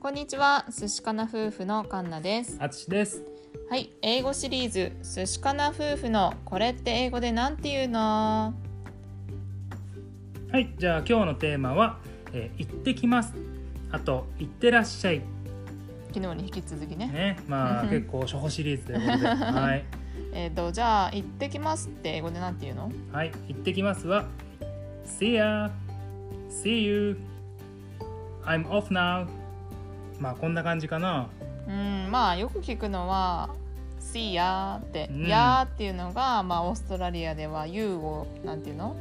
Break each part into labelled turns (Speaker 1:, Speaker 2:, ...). Speaker 1: こんにちは、寿司かな夫婦のカンナです。
Speaker 2: あつしです。
Speaker 1: はい、英語シリーズ寿司かな夫婦のこれって英語でなんて言うの？
Speaker 2: はい、じゃあ今日のテーマは、えー行ってきます。あと行ってらっしゃい
Speaker 1: 昨日に引き続きね。
Speaker 2: ね。まあ
Speaker 1: うんうん
Speaker 2: 結構初歩シリーズという ことで、はい
Speaker 1: えっ、とじゃあ行ってきますって英語でなんて言うの？
Speaker 2: はい行ってきますは See ya, see you, I'm off now。まあこんな感じかな。
Speaker 1: うん、まあよく聞くのは。See ya って、
Speaker 2: うん
Speaker 1: やーっていうのが、まあ、オーストラリアでは You をなんていうの、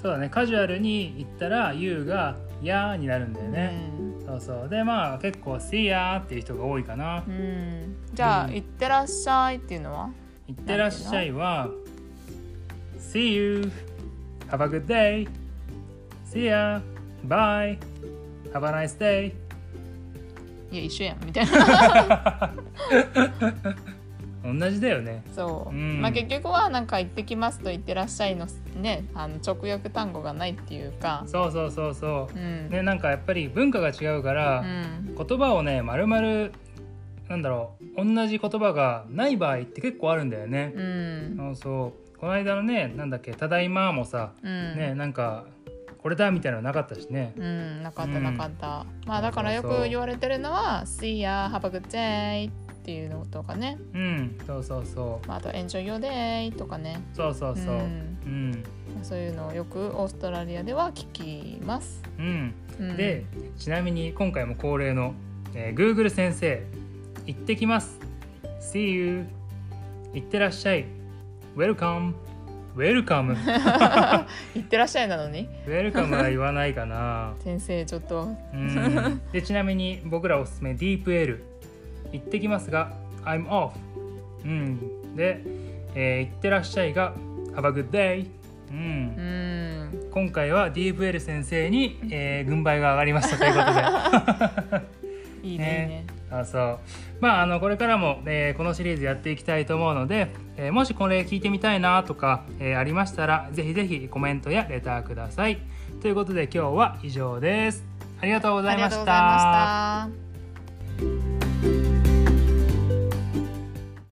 Speaker 2: そうだね。カジュアルに行ったら you が ya になるんだよね。そうそう。でまあ結構 See ya っていう人が多いかな
Speaker 1: う。ん、うん、じゃあ、
Speaker 2: うん
Speaker 1: 行ってらっしゃいっていうのは
Speaker 2: 行ってらっしゃいは See you Have a good day See ya Bye Have a nice day
Speaker 1: いや一緒やんみたいな
Speaker 2: 同じだよね
Speaker 1: そう、
Speaker 2: うん
Speaker 1: まあ結局はなんか行ってきますと行ってらっしゃいのねあの直訳単語がないっていうか、
Speaker 2: そうそうそうそううんねなんかやっぱり文化が違うか
Speaker 1: う
Speaker 2: ら、
Speaker 1: ん、
Speaker 2: 言葉をねまるまるなんだろう同じ言葉がない場合って結構あるんだよね
Speaker 1: う、ん、
Speaker 2: そうそうこの間のねなんだっけ「ただいま」もさ、
Speaker 1: うん、
Speaker 2: ねなんかこれだみたいなのなかったしね
Speaker 1: うん、なかった
Speaker 2: うん
Speaker 1: なかった、まあだからよ
Speaker 2: そうそ
Speaker 1: く
Speaker 2: う
Speaker 1: 言われてるのは「See ya have a good day」っていうのとかね、
Speaker 2: うんそうそうそ
Speaker 1: まあ、あと「Enjoy your day」とかね
Speaker 2: うそうそうそう、
Speaker 1: ん、
Speaker 2: うん
Speaker 1: そういうのをよくオーストラリアでは聞きます、
Speaker 2: うん、
Speaker 1: うん、
Speaker 2: でちなみに今回も恒例の、えー Google 先生行ってきます See you 行ってらっしゃい Welcome Welcome
Speaker 1: 「行ってらっしゃい」なのに
Speaker 2: Welcome は言わないかな
Speaker 1: 先生ちょっと
Speaker 2: うんでちなみに僕らおすすめ DeepL 行ってきますが I'm off うんで、えー行ってらっしゃいが Have a good day う、
Speaker 1: うんん
Speaker 2: 今回は DeepL 先生に、えー軍配が上がりましたということで
Speaker 1: いいねいいね
Speaker 2: ねあそうまああのこれからも、えーこのシリーズやっていきたいと思うので、えーもしこれ聞いてみたいなとか、えーありましたらぜひぜひコメントやレターくださいということで今日は以上ですありがとうござ
Speaker 1: あ
Speaker 2: い
Speaker 1: りが
Speaker 2: ま
Speaker 1: とう
Speaker 2: し
Speaker 1: ございましたた。